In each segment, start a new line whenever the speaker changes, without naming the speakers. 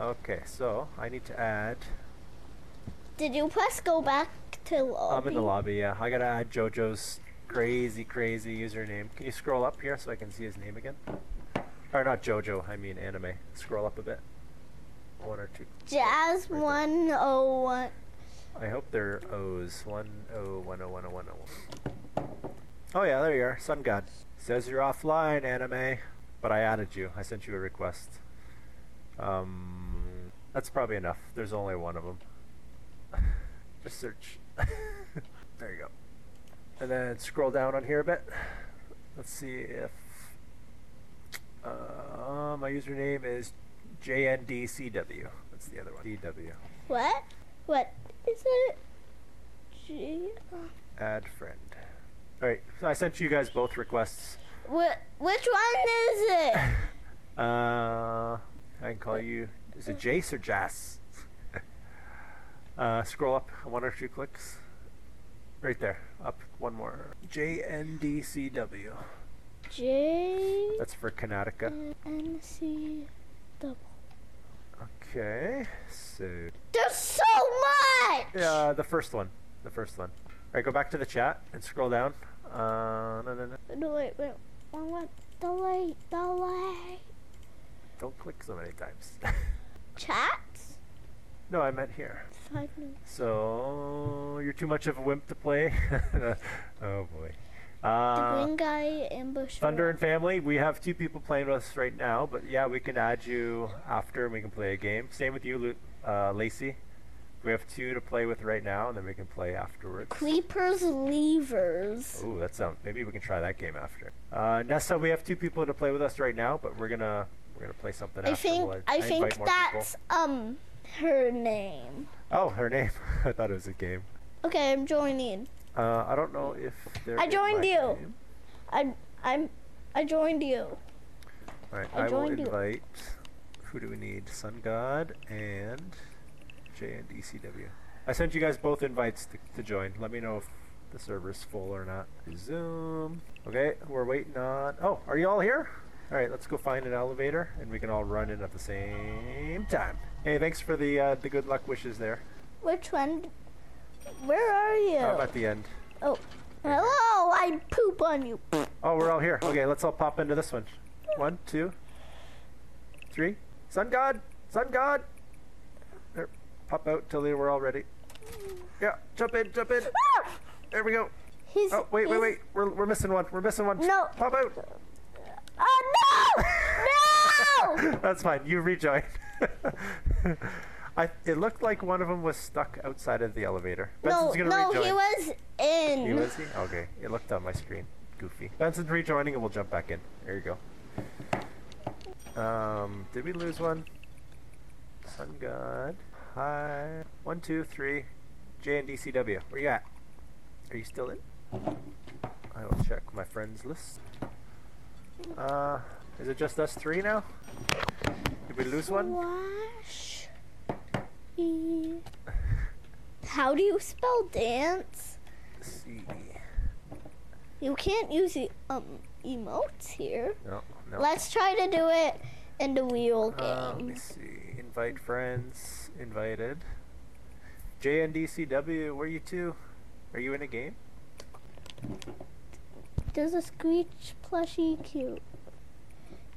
Okay, so I need to add.
Did you press go back to lobby?
I'm in the lobby. Yeah, I gotta add JoJo's crazy, crazy username. Can you scroll up here so I can see his name again? Or not JoJo. I mean anime. Scroll up a bit. One or two.
Jazz
there.
one oh one.
I hope they're O's. One O, one O, one O, one O. Oh yeah, there you are. Sun God says you're offline, anime. But I added you. I sent you a request. Um, that's probably enough. There's only one of them. Just search. there you go. And then scroll down on here a bit. Let's see if uh, my username is JNDCW. That's the other one. DW.
What? What is it? G. uh,
Add friend. All right. So I sent you guys both requests.
Wh- which one is it?
Uh, I can call you. Is it Jace or Jas? uh, scroll up one or two clicks. Right there. Up one more. JNDCW.
J
That's for Connecticut.
N C double.
Okay. So
There's so much.
yeah, the first one. The first one. All right. Go back to the chat and scroll down. Uh, no, no, no.
No wait wait. One one. Delay delay.
Don't click so many times.
Chats.
no, I meant here.
Five minutes.
So you're too much of a wimp to play. oh boy.
the
Uh,
green guy ambush.
Thunder and family. We have two people playing with us right now, but yeah, we can add you after and we can play a game. Same with you, Lu- uh, Lacey. We have two to play with right now, and then we can play afterwards.
Creepers levers.
Ooh, that sounds. Maybe we can try that game after. Uh, Nessa, we have two people to play with us right now, but we're gonna we're gonna play something
I
after.
think
We'll-
I think
invite more people.
that's um her name.
Oh, her name. I thought it was a game.
Okay, I'm joining.
Uh, I don't know if. there
I
is
joined
my
you.
name.
I'm I'm I joined you.
Alright,
I
I, will
joined you.
invite. Who do we need? Sun God and JNDCW. I sent you guys both invites to, to join. Let me know if the server's full or not. Zoom. Okay, we're waiting on. Oh, are you all here? Alright, let's go find an elevator and we can all run in at the same time. Hey, thanks for the uh, the good luck wishes there.
Which one? Where are you?
How about the end?
oh, hello! I poop on you.
Oh, we're all here. Okay, let's all pop into this one. One, two, three. Sun God! Sun God! There, pop out till we're all ready. Yeah, jump in, jump in.
Ah!
There we go.
He's.
Oh, wait, wait,
he's-
wait. We're, we're missing one. We're missing one.
No.
Pop out.
Oh Ah, no! no!
That's fine. You rejoin. I, it looked like one of them was stuck outside of the elevator.
No,
Benson's gonna
no,
rejoin.
he was in.
He was he? Okay. It looked on my screen. Goofy. Benson's rejoining and we'll jump back in. There you go. Um, did we lose one? Sun God. Hi. One, two, three. J and DCW. Where you at? Are you still in? I will check my friends list. Uh, is it just us three now? Did we lose one?
Wash. E. How do you spell dance?
Let's see.
You can't use e- um emotes here.
No, no.
Let's try to do it in the wheel
Uh, let me
game.
see. Invite friends. Invited. JNDCW, where you two? Are you in a game?
Does a screech plushie cute?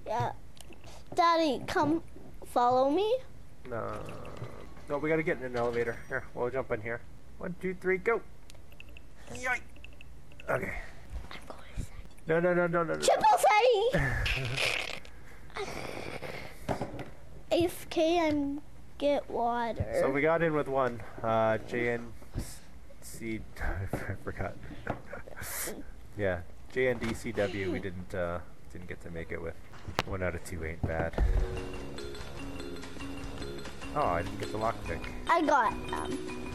Yeah. Daddy, come follow me.
No. No, we gotta get in an elevator. Here, we'll jump in here. One, two, three, go. Yike. Okay.
I'm going to say.
No, no, no, no, no, no.
Triple say. AFK, I'm get water.
So we got in with one. Uh, JNC. I forgot. yeah, JNDCW. We didn't uh, didn't get to make it with. One out of two ain't bad. Oh, I didn't get the lockpick.
I got them.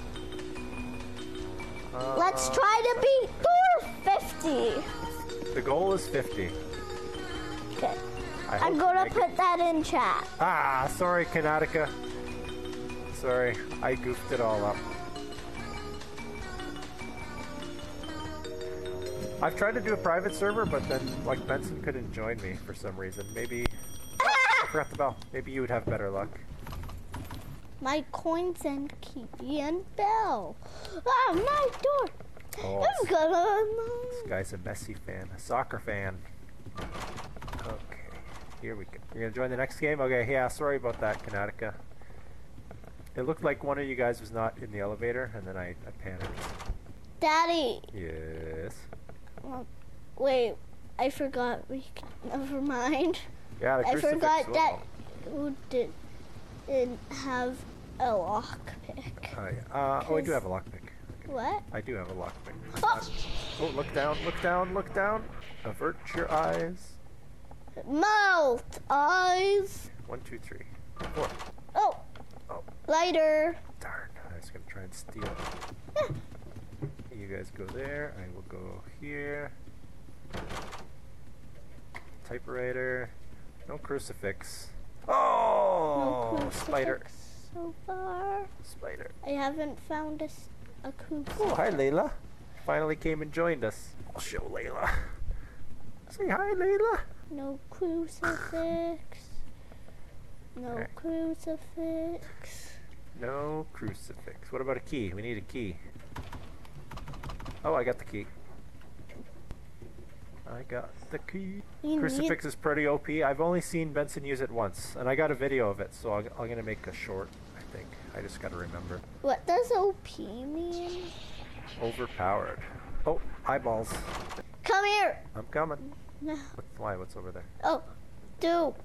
Uh,
Let's try to beat 450.
The goal is 50.
Okay.
I hope
I'm
we
gonna
make it.
put that in chat.
Ah, sorry, Kanatica. Sorry, I goofed it all up. I've tried to do a private server, but then, like, Benson couldn't join me for some reason. Maybe. I forgot the bell. Maybe you would have better luck.
my coins and Kiki and Bell. Ah, my door.
Oh,
I'm
this,
gonna.
this guy's a Messi fan, a soccer fan. Okay, here we go. You're gonna join the next game? Okay, yeah, sorry about that, Kanatica. It looked like one of you guys was not in the elevator, and then I, I panicked.
Daddy,
Yes.
wait. I forgot. We c- never mind.
Yeah, the
I
crucifix
forgot
will.
that you did, didn't have a lockpick.
Oh, yeah. Uh, oh, I do
Cause-
have a lockpick.
What?
I do have a lockpick.
Oh,
Oh, look down, look down, look down. Avert your eyes.
mouth, Oh, eyes.
One, two, three, four.
Oh,
Oh.
lighter.
Darn, I was gonna try and steal it. you guys go there, I will go here. Typewriter. No crucifix. Oh!
no
spider.
crucifix So far,
Spider.
I haven't found a, s- a crucifix.
Oh, hi, Layla. Finally came and joined us. I'll show Layla. Say hi, Layla.
No crucifix. No
Alright.
crucifix.
No crucifix. What about a key? We need a key. Oh, I got the key. I got the key.
We
Crucifix is pretty OP. I've only seen Benson use it once, and I got a video of it, so I'm, I'm gonna make a short. I think I just gotta remember.
Need, what does OP mean?
Overpowered. Oh, eyeballs.
Come here.
I'm coming.
No.
What, why? What's over there?
Oh, dupe.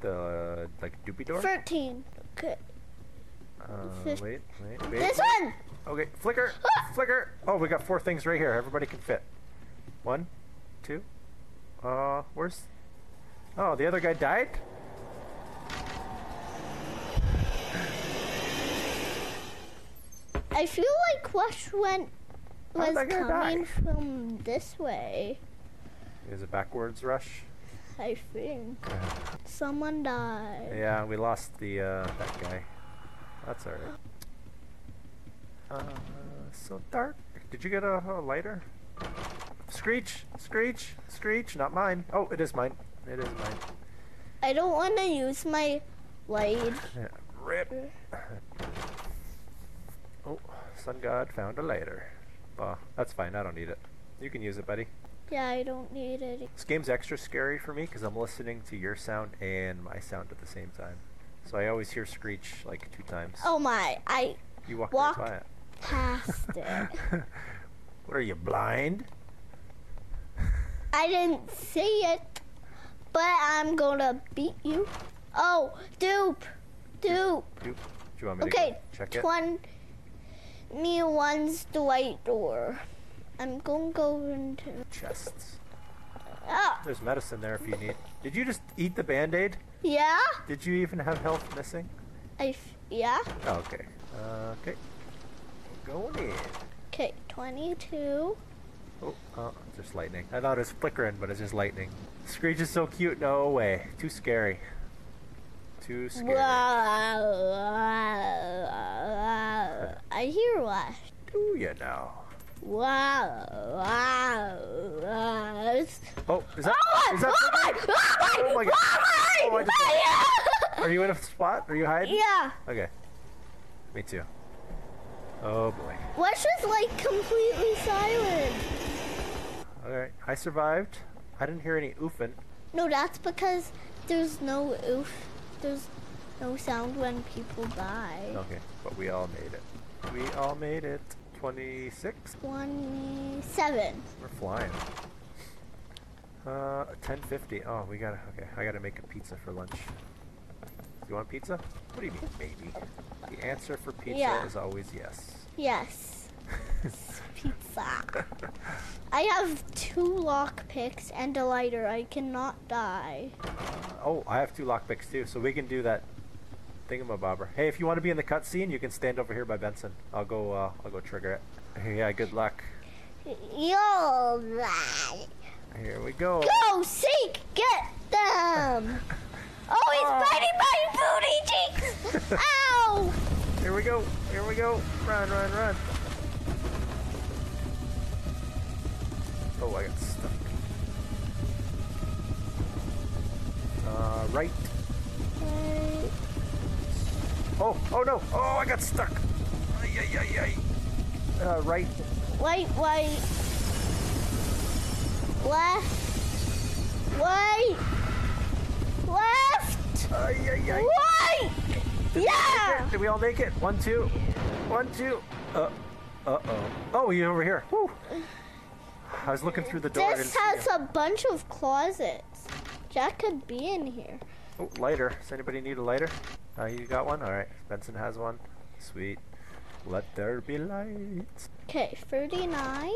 The like doopy door.
Thirteen. Okay.
Uh,
fif-
wait, wait, wait.
This one.
Okay, flicker, flicker. Oh, we got four things right here. Everybody can fit. One, two. Uh, where's? Oh, the other guy died.
I feel like Rush went
How'd
was
that guy die?
coming from this way.
Is it backwards rush?
I think someone died.
Yeah, we lost the uh, that guy. That's alright. Uh, so dark. Did you get a, a lighter? Screech, screech, screech. Not mine. Oh, it is mine. It is mine.
I don't want to use my blade.
Yeah, Rip. Oh, Sun God found a lighter. Bah, that's fine. I don't need it. You can use it, buddy.
Yeah, I don't need it.
This game's extra scary for me because I'm listening to your sound and my sound at the same time. So I always hear screech like two times.
Oh my! I
you walk
walk
right
passed
by
it.
it. what are you blind?
I didn't see it, but I'm gonna beat you. Oh, dupe, dupe.
Doop. Do you want me to
Okay,
go check it?
twenty one's the right door. I'm gonna go into.
Chests.
Oh,
There's medicine there if you need. Did you just eat the band-aid?
yeah.
Did you even have health missing?
I f- yeah.
Oh, okay. Uh, okay. Going in.
Okay, twenty-two.
Oh, oh, it's just lightning. I thought it was flickering, but it's just lightning. Screech is so cute. No way. Too scary. Too scary.
Wow. I hear what?
Do you know?
Wow. Wow.
Oh, is that?
Oh my!
is that
oh my!
flickering?
Oh
Oh my
my!
God.
Oh
Oh, I
my!
Are you in a spot? Are you hiding?
yeah.
Okay. Me too. Oh boy.
Rush was like completely silent.
All right. I survived. I didn't hear any oofing.
No, that's because there's no oof. There's no sound when people die.
Okay, but we all made it. We all made it. Twenty-six.
Twenty-seven.
We're flying. Uh, ten fifty. Oh, we gotta. Okay, I gotta make a pizza for lunch. You want pizza? What do you mean, maybe? The answer for pizza
Yeah.
is always yes.
Yes. Pizza. I have two lock picks and a lighter. I cannot die.
oh, I have two lockpicks too, so we can do that thingamabobber. Hey, if you want to be in the cutscene, you can stand over here by Benson. I'll go. Uh, I'll go trigger it. Yeah. Good luck.
Yo, right.
Here we go.
Go seek, get them. Oh, he's
Ah.
biting my booty cheeks. Ow!
Here we go. Here we go. Run, run, run. Oh, I got stuck. Uh, right.
Okay.
Oh, oh no! Oh, I got stuck! Ay, ay, ay, ay. Uh, right.
Wait, wait. Left. Wait. Left.
Ay, ay, ay.
Wait. Yeah.
Did we all make it? One, two. One, two. Uh, uh oh. Oh, you over here. Woo. I was looking through the door. I didn't
This
see
has
you.
a bunch of closets. Jack could be in here.
Oh, lighter. Does anybody need a lighter? Uh, you got one? Alright. Benson has one. Sweet. Let there be light.
Okay, 39.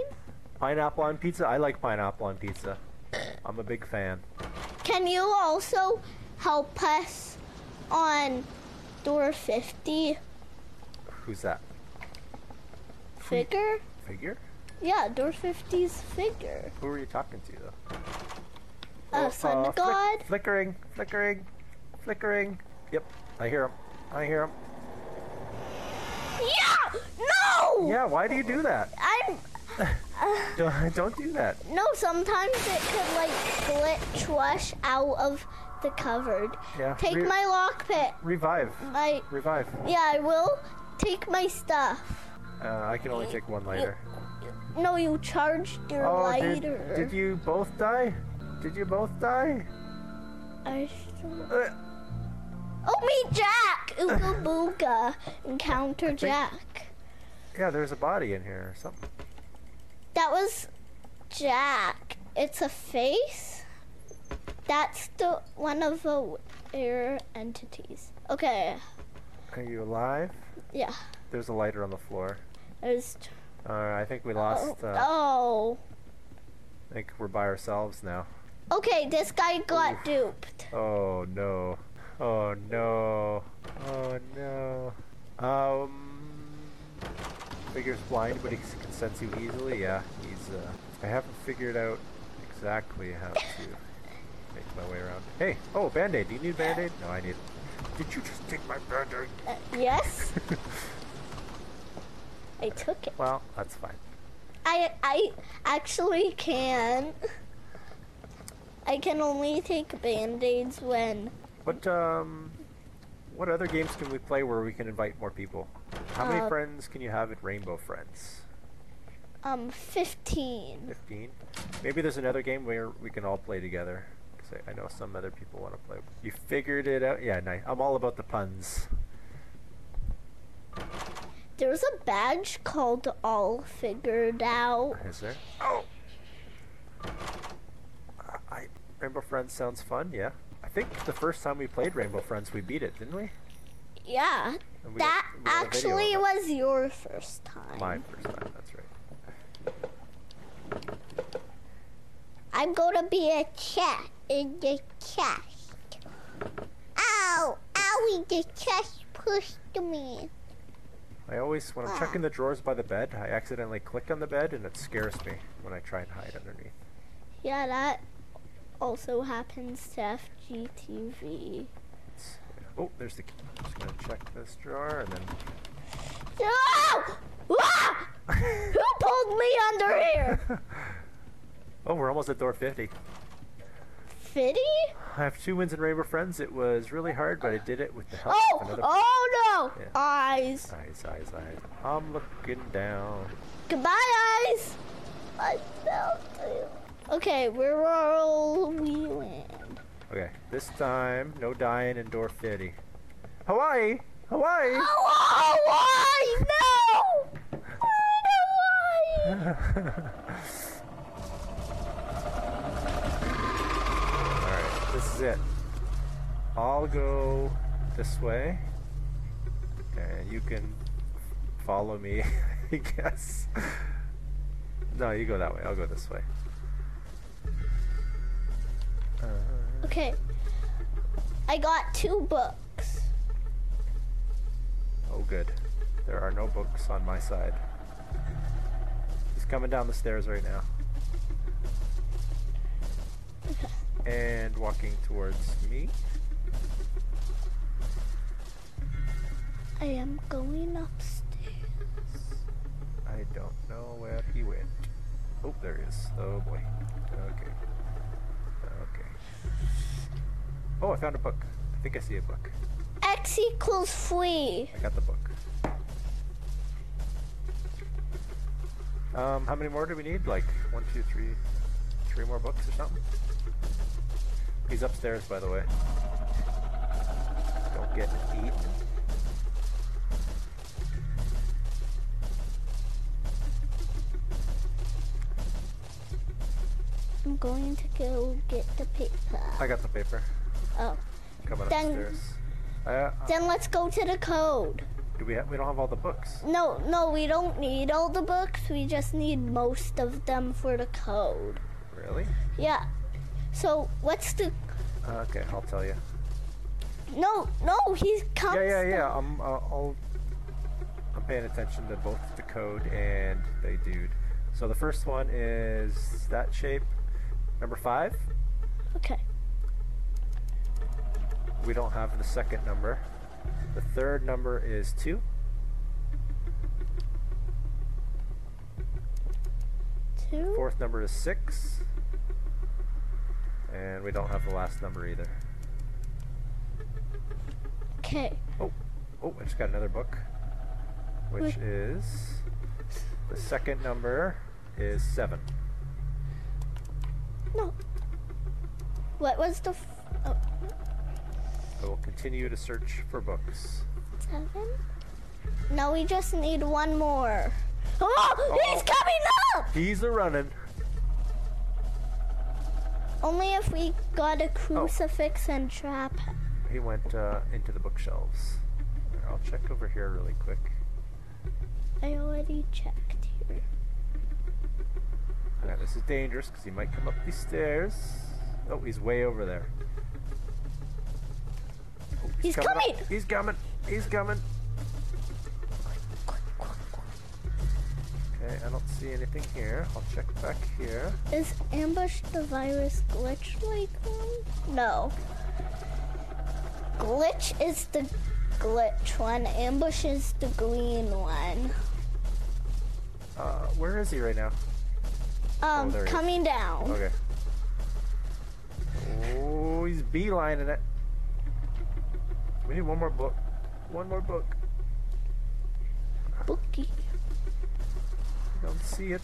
Pineapple on pizza? I like pineapple on pizza. I'm a big fan.
Can you also help us on door 50
Who's that?
figure?
Figure?
Yeah, door 50's figure.
Who are you talking to, though?
Uh,
Oh,
son
uh,
of
flick-
God.
flickering, flickering, flickering. Yep, I hear him. I hear him.
Yeah! No!
Yeah, why do you do that?
I'm. uh,
Don't, don't do that.
No, sometimes it could like glitch rush out of the cupboard.
Yeah.
Take
re-
my lockpick.
Revive.
My.
Revive.
Yeah, I will. Take my stuff.
Uh, I can only take one lighter.
No, you charged your
Oh, did,
lighter.
did you both die? Did you both die?
I still-
Uh,
Oh, me, Jack! Ooga booga. Encounter Jack.
yeah, there's a body in here or something.
That was Jack. It's a face. That's the one of the air entities. Okay,
Are you alive?
yeah.
There's a lighter on the floor.
There's.
Uh, I think we lost. Uh,
oh.
I think we're by ourselves now.
Okay, this guy got duped.
Oh no. Oh no. Oh no. Um. Figure's blind, but he s- can sense you easily. Yeah, he's. Uh, I haven't figured out exactly how to make my way around. Hey, oh, band aid. Do you need band aid? No, I need it. Did you just take my band aid?
Uh, yes, I took it.
well, that's fine.
I I actually can. I can only take band-aids when
But, um. What other games can we play where we can invite more people? How many
Uh,
friends can you have at Rainbow Friends?
um 15.
15. Maybe there's another game where we can all play together. 'Cause I, I know some other people want to play. You figured it out? Yeah, nice. I'm all about the puns.
There's a badge called All Figured Out.
Is there? Oh! I, I- Rainbow Friends sounds fun, yeah. I think the first time we played Rainbow Friends, we beat it, didn't we?
Yeah,
And we got- we
that
got a video
actually
of it.
was your first time.
My first time, that's right.
I'm gonna be a cat in the chest. Ow! Owie, the chest pushed me.
I always, when
Ah.
I'm checking the drawers by the bed, I accidentally click on the bed and it scares me when I try and hide underneath.
Yeah, that also happens to FGTV.
It's- oh, there's the key. I'm just going to check this drawer and then
No! Ah! Who pulled me under here?
oh, we're almost at door 50.
Fitty?
I have two wins in Rainbow Friends. It was really hard, but I did it with the help of
Oh!
another.
Oh no!
Yeah.
Eyes.
Eyes, eyes, eyes. I'm looking down.
Goodbye, eyes. I fell through. Okay, where are all we land?
Okay, this time, no dying in door 50. Hawaii! Hawaii!
Oh, oh, why? No! Why?
All right, this is it. I'll go this way, and you can follow me, I guess. No, you go that way. I'll go this way. Uh,
Okay, I got two books.
oh, good. There are no books on my side. He's coming down the stairs right now. And walking towards me.
I am going upstairs.
I don't know where he went. Oh, there he is. Oh boy. Okay. Okay. Oh, I found a book. I think I see a book.
X equals flee.
I got the book. Um, how many more do we need? Like one, two, three, three more books or something? He's upstairs, by the way. Don't get eaten.
I'm going to go get the
I
paper.
got the paper.
Oh.
Coming
Then-
upstairs. Uh,
Then let's go to the code.
do we have? We don't have all the books.
No, no, we don't need all the books. We just need most of them for the code.
Really?
Yeah. So what's the?
Uh, okay, I'll tell you.
No, no, he's
Yeah,
comes.
yeah, yeah. I'm, uh, I'll, I'm paying attention to both the code and the dude. So the first one is that shape, number five.
Okay.
We don't have the second number. The third number is two.
Two.
Fourth number is six. And we don't have the last number either.
Okay.
Oh, oh, I just got another book, which is the second number is seven.
No. What was the? F- oh,
I will continue to search for books.
seven. No, we just need one more. Oh, he's coming up!
He's a running.
Only if we got a crucifix and trap.
He went uh, into the bookshelves. Here, I'll check over here really quick.
I already checked here.
Yeah, this is dangerous because he might come up these stairs. Oh, he's way over there. Oh,
He's
up.
coming!
He's coming! He's coming! Okay, I don't see anything here. I'll check back here.
Is ambush the virus glitch like one? No. Glitch is the glitch one. Ambush is the green one.
Uh, where is he right now?
Um,
Oh, there he is.
coming down.
Okay. Oh, he's beelining it. We need one more book. One more book.
Bookie.
I don't see it.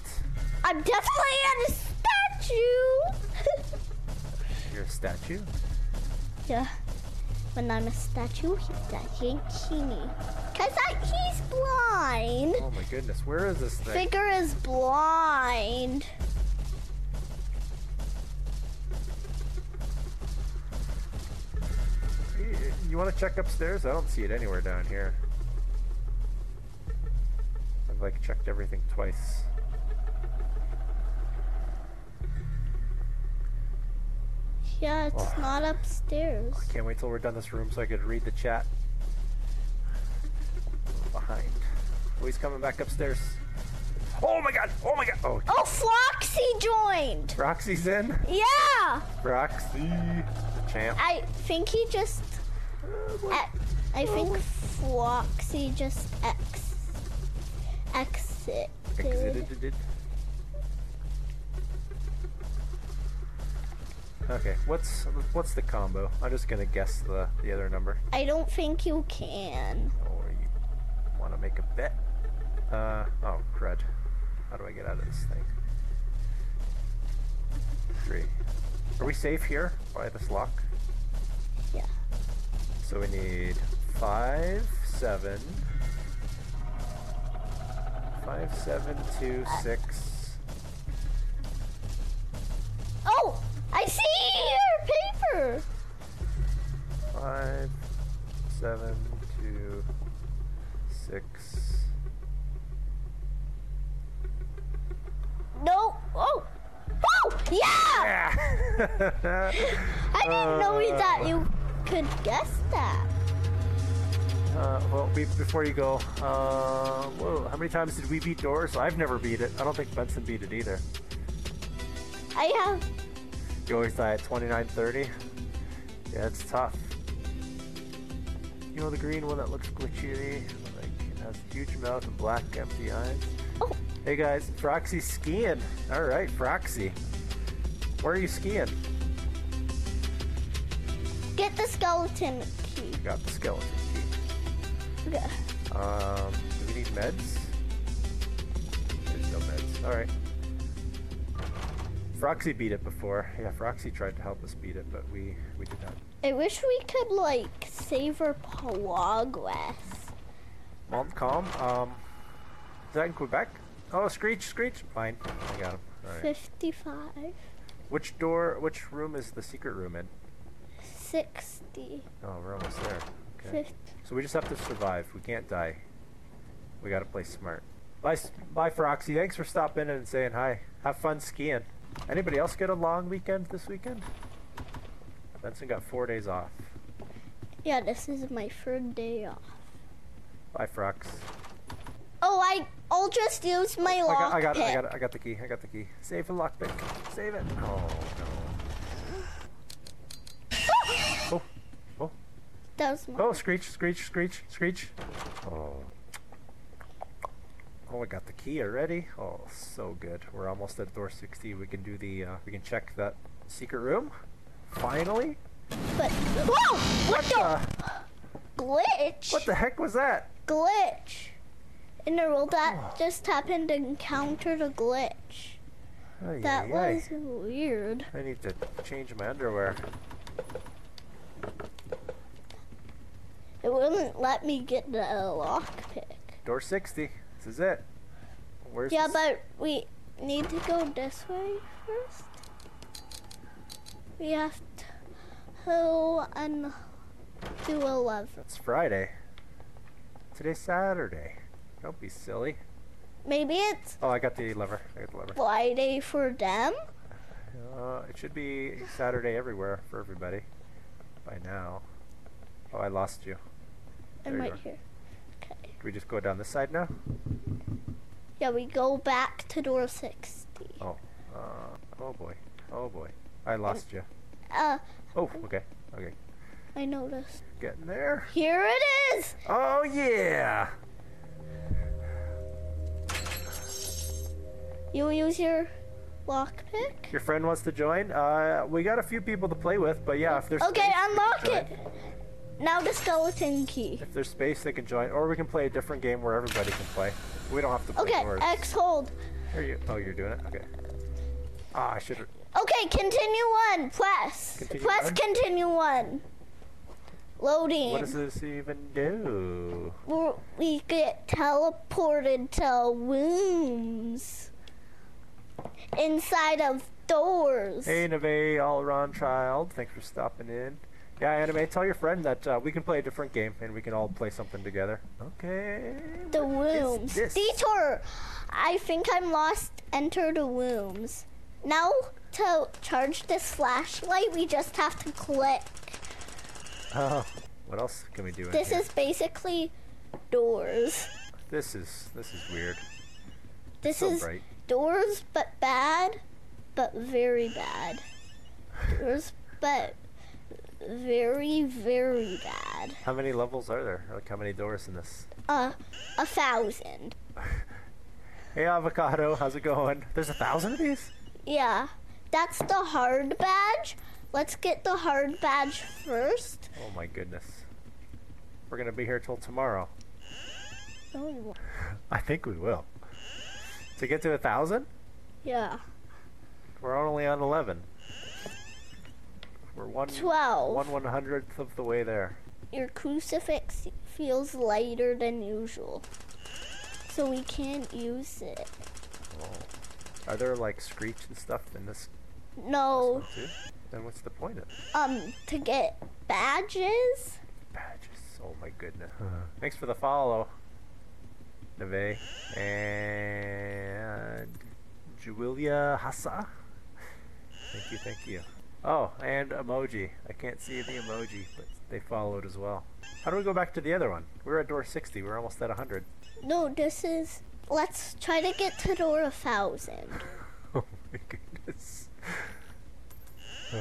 I'm definitely at a statue.
You're a statue?
yeah. When I'm a statue, he's a Yankini. Cause I, he's blind.
Oh my goodness, where is this thing?
Figure is blind.
Y- You want to check upstairs? I don't see it anywhere down here. I've like checked everything twice.
Yeah, it's
Oh.
not upstairs.
Can't wait till we're done this room so I could read the chat. Behind. Oh, he's coming back upstairs. Oh my god! Oh my god! Oh,
Oh, Foxy joined.
Roxy's in.
Yeah,
Roxy, the champ.
I think he just. I I
Oh.
think Foxy just ex exit.
Exited. Okay, what's what's the combo? I'm just gonna guess the the other number.
I don't think you can.
Or you want to make a bet? Uh oh, crud! How do I get out of this thing? Three. Are we safe here by this lock?
Yeah.
So we need five, seven, five, seven, two, six.
Oh, I see your paper.
Five, seven, two, six.
No. Oh. Oh, yeah.
Ah!
I didn't know we that
Uh.
you could guess that.
uh, well, we, before you go, uh, whoa, how many times did we beat doors? I've never beat it. I don't think Benson beat it either.
I have
You always die at 2930. Yeah, it's tough. You know the green one that looks glitchy, like it has a huge mouth and black empty eyes.
Oh.
Hey guys, Froxy skiing. All right, Froxy. Where are you skiing?
get the skeleton key.
Got the skeleton key.
Good.
Um, do we need meds? There's no meds. All right. Froxy beat it before. Yeah, Froxy tried to help us beat it, but we we did not.
I wish we could like savor progress.
Mom, calm. Um, is that in Quebec? Oh, Screech, Screech. Fine, I got him. All right.
Fifty-five,
Which door? Which room is the secret room in?
sixty,
Oh, we're almost there. Okay.
fifty.
So we just have to survive. We can't die. We gotta play smart. Bye, S- bye, Froxy. Thanks for stopping in and saying hi. Have fun skiing. Anybody else get a long weekend this weekend? Benson got four days off.
Yeah, this is my third day off.
Bye, Frox.
Oh, I I'll just use my
Oh, I got, I got, it, I
lockpick.
got, it, I got the key. I got the key. Save the lockpick. Save it. Oh no. Oh, oh,
That was my-
oh! Screech, screech, screech, screech. Oh. Oh, I got the key already. Oh, so good. We're almost at door 60. We can do the. Uh, we can check that secret room. Finally.
but whoa! What, the,
Uh,
glitch?
what the heck was that?
glitch? In the world
Oh.
that just happened to encounter the glitch.
Ay,
That
ay, ay.
was weird.
I need to change my underwear.
It wouldn't let me get the lockpick.
Door 60. This is it. Where's
Yeah,
this-
but we need to go this way first. We have to and do a lever.
That's Friday. Today's Saturday. Don't be silly.
Maybe it's
Oh, I got the lever. I got the lever.
Friday for them.
Uh, it should be Saturday everywhere for everybody by now. Oh, I lost you. There
I'm
you
right
are.
here. Okay.
Can we just go down this side now?
Yeah, we go back to door 60.
Oh. Uh, oh boy. Oh boy. I lost you.
Uh,
Oh, okay. Okay.
I noticed.
Getting there.
Here it is!
Oh yeah!
You use your lockpick?
Your friend wants to join? Uh, we got a few people to play with, but yeah, if there's
Okay,
space, we can
unlock
join.
it! Now the skeleton key.
If there's space, they can join, or we can play a different game where everybody can play. We don't have to play
Okay,
yours.
X hold.
Are you? Oh, you're doing it. Okay. Ah, I should.
Okay, continue on. Press.
Continue
Press
on?
continue on. Loading.
What does this even do?
We're- we get teleported to rooms inside of doors.
Hey, Neve, all around child. Thanks for stopping in. Yeah, anime. Tell your friend that uh, we can play a different game and we can all play something together. Okay.
the
what is
rooms.
this?
Detour. I think I'm lost. Enter the rooms. Now to charge this flashlight, we just have to click.
Oh, what else can we do? In
This
here?
is basically doors.
This is this is weird.
This
so
is
bright.
doors, but bad, but very bad. Doors, but very, very bad.
How many levels are there? Like how many doors in this?
Uh, a thousand.
Hey, avocado. How's it going? There's a thousand of these.
Yeah, that's the hard badge. Let's get the hard badge first.
Oh my goodness. We're gonna be here till tomorrow.
No, you won't.
I think we will. To get to a thousand,
Yeah,
we're only on eleven. We're one
twelve.
one one hundredth of the way there.
Your crucifix feels lighter than usual, so we can't use it.
Are there like screech and stuff in this, this
No,
one too? Then what's the point of it?
um, to get badges.
badges? Oh my goodness. Thanks for the follow, Neve and Julia Hassa. Thank you, thank you. Oh, and emoji. I can't see the emoji, but they followed as well. How do we go back to the other one? We're at door 60. We're almost at 100.
No, this is. Let's try to get to door a thousand.
Oh my goodness. Uh,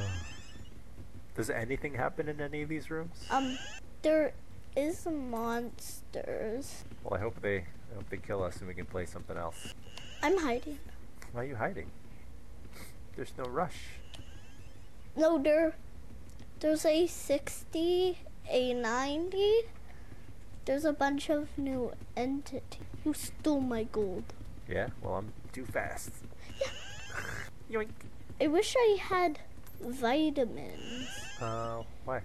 Does anything happen in any of these rooms?
Um, there is monsters.
Well, I hope they I hope they kill us and we can play something else.
I'm hiding.
Why are you hiding? There's no rush.
No, there. There's a sixty, a ninety, There's a bunch of new entities. You stole my gold.
Yeah, well, I'm too fast. Yoink.
I wish I had vitamins.
Uh, why?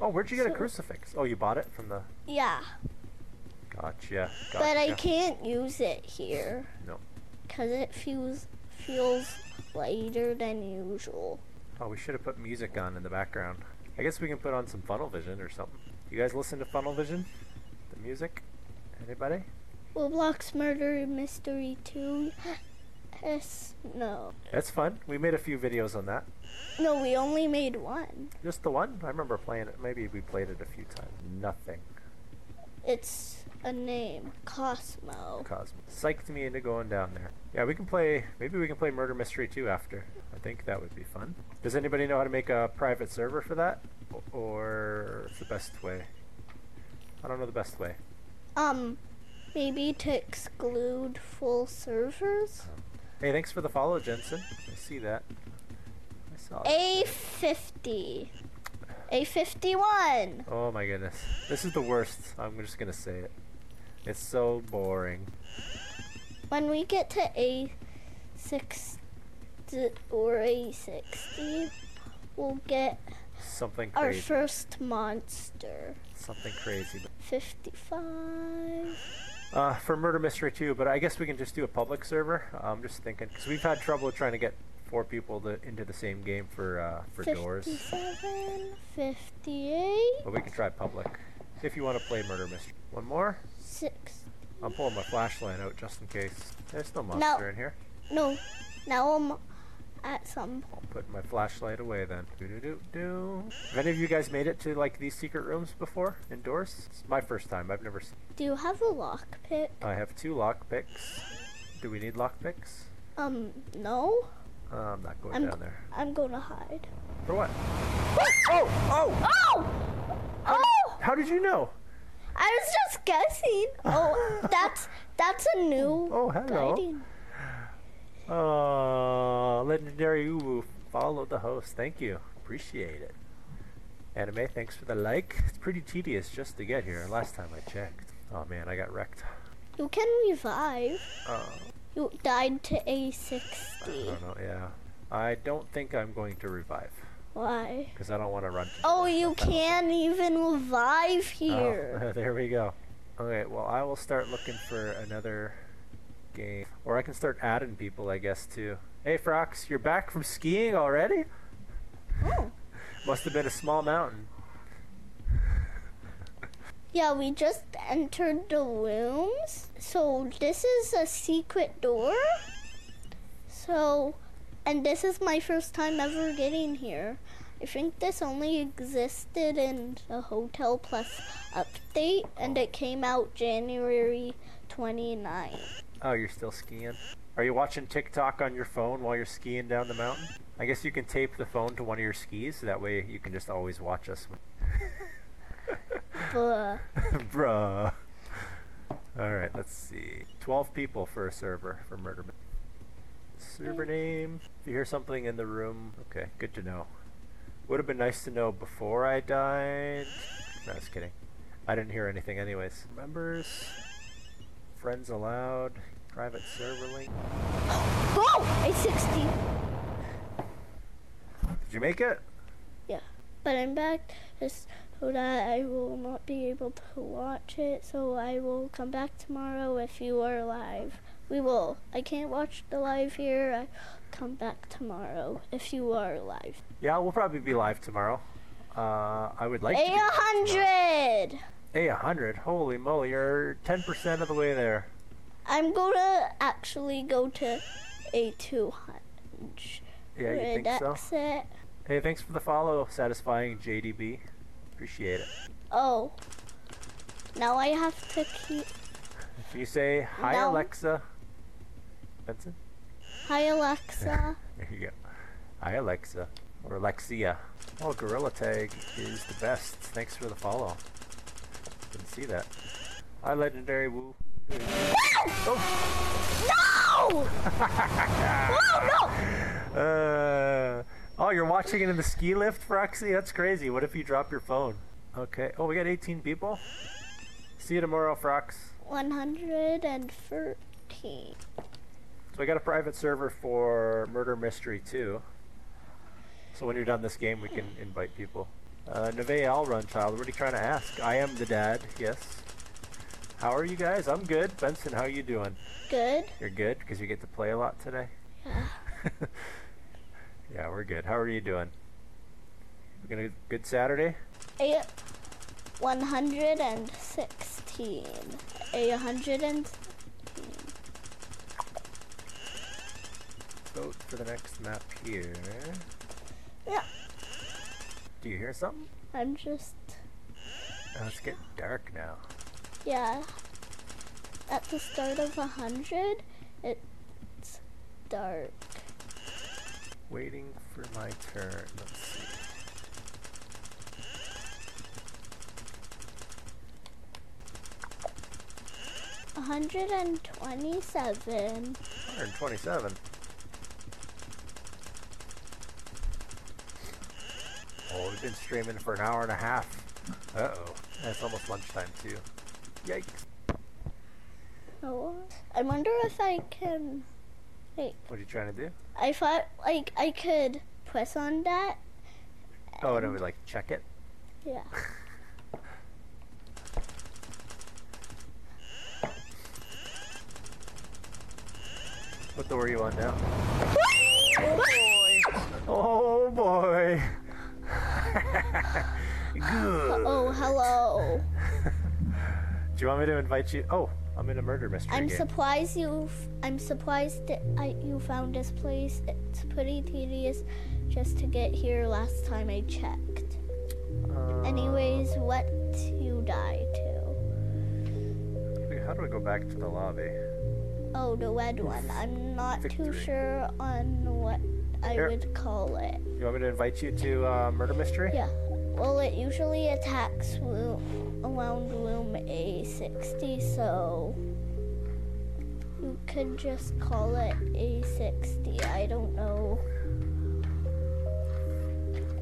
Oh, where'd you get a
So-
crucifix? Oh, you bought it from the.
Yeah,
Gotcha. gotcha.
but I can't use it here
No.
because it feels feels lighter than usual.
Oh, we should have put music on in the background. I guess we can put on some Funnel Vision or something. You guys listen to Funnel Vision? The music? Anybody?
Roblox Murder Mystery Tune. S no,
That's fun. We made a few videos on that.
no, we only made one.
Just the one? I remember playing it. Maybe we played it a few times. Nothing.
It's a name, Cosmo.
Cosmo. Psyched me into going down there. Yeah, we can play. Maybe we can play Murder Mystery 2 after. I think that would be fun. Does anybody know how to make a private server for that? O- Or the best way? I don't know the best way.
Um, maybe to exclude full servers.
Um, Hey, thanks for the follow, Jensen. I see that. Oh, I saw it.
A50. A51.
Oh my goodness. This is the worst. I'm just gonna say it. It's so boring.
When we get to A6 or A60, we'll get
Something
our
crazy.
first monster.
Something crazy.
55.
Uh, for Murder Mystery 2, but I guess we can just do a public server. Uh, I'm just thinking, because we've had trouble trying to get four people to, into the same game for uh, for doors.
57. 58.
But we can try public if you want to play Murder Mystery. One more.
6.
I'm pulling my flashlight out just in case. There's no monster in here.
No, now I'm at some.
I'll put my flashlight away then. Do-do-do-do. Have any of you guys made it to like these secret rooms before indoors? It's my first time. I've never. Seen.
Do you have a lockpick?
I have two lockpicks. Do we need lockpicks?
Um, no.
Uh, I'm not going
I'm-
down there.
I'm gonna hide.
For what? Oh! Oh!
Oh! Oh!
How did you know?
I was just guessing. Oh, that's that's a new
Oh, hello.
guiding.
Uh, legendary Uwu followed the host. Thank you. Appreciate it. Anime, thanks for the like. It's pretty tedious just to get here. Last time I checked. Oh man, I got wrecked.
You can revive.
Oh,
You died to
I
A60.
don't know. Yeah, I don't think I'm going to revive
Why?
because I don't want to run. to the
Oh,
next
you
one. I don't-
can't even revive here.
Oh, there we go. Okay, well, I will start looking for another game. Or I can start adding people, I guess, too. Hey, Frox, you're back from skiing already?
Oh.
Must have been a small mountain.
Yeah, we just entered the rooms. So this is a secret door. So, and this is my first time ever getting here. I think this only existed in the Hotel Plus update, and it came out January 29.
Oh, you're still skiing? Are you watching TikTok on your phone while you're skiing down the mountain? I guess you can tape the phone to one of your skis, so that way you can just always watch us.
But
Bruh. Alright, let's see. 12 people for a server for murder. Mystery. Server name. If you hear something in the room, okay, good to know. Would have been nice to know before I died. No, I was kidding. I didn't hear anything, anyways. Members. Friends allowed. Private server link.
oh, a 60.
Did you make it?
Yeah, but I'm back just so that I will not be able to watch it. So I will come back tomorrow if you are live. We will. I can't watch the live here. I come back tomorrow if you are live.
Yeah, we'll probably be live tomorrow. Uh, I would
A
like to. be live tomorrow.
hundred.
Hey, 100. Holy moly, you're 10% of the way there.
I'm gonna actually go to a two hundred.
Yeah, you think so?
exit.
Hey, thanks for the follow, satisfying JDB. Appreciate it.
Oh, now I have to keep.
Can you say hi,
No.
Alexa? Benson?
Hi Alexa.
There you go. Hi, Alexa. Or Alexia. Oh, Gorilla Tag is the best. Thanks for the follow. Didn't see that. Hi, Legendary Woo. Oh!
no! Oh no!
Uh, oh, you're watching it in the ski lift, Roxy? That's crazy. What if you drop your phone? Okay. Oh, we got 18 people? See you tomorrow, Frox.
113.
So I got a private server for Murder Mystery 2. So when you're done this game, we can invite people. Uh, Neve Alrun child, what are you trying to ask? I am the dad, yes. How are you guys? I'm good. Benson, how you doing?
Good.
You're good because you get to play a lot today?
Yeah.
yeah, we're good. How are you doing? We gonna good Saturday?
A 116. A 100 and
Vote for the next map here.
yeah.
Do you hear something?
I'm just
Oh, it's getting dark now.
yeah. At the start of 100, it's dark.
Waiting for my turn. Let's see.
A 127.
127. Oh, we've been streaming for an hour and a half. Uh oh. It's almost lunchtime, too. Yikes.
Oh, I wonder if I can. Like,
What are you trying to do?
I thought like I could press on that.
Oh, and it would like check it.
Yeah.
What door are you on now?
Oh boy.
Oh boy. Good.
Oh, hello.
Do you want me to invite you? Oh, I'm in a murder mystery
I'm
game.
surprised you. I'm surprised that I, you found this place. It's pretty tedious just to get here. Last time I checked.
Uh,
Anyways, what you die to?
wait, How do I go back to the lobby?
Oh, the red one. I'm not too
Victory.
sure on what I
Here.
would call it.
You want me to invite you to uh, murder mystery?
Yeah. Well, it usually attacks room, around room A60, so you could just call it A60. I don't know.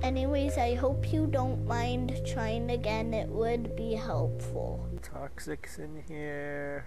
Anyways, I hope you don't mind trying again. It would be helpful.
Toxics in here.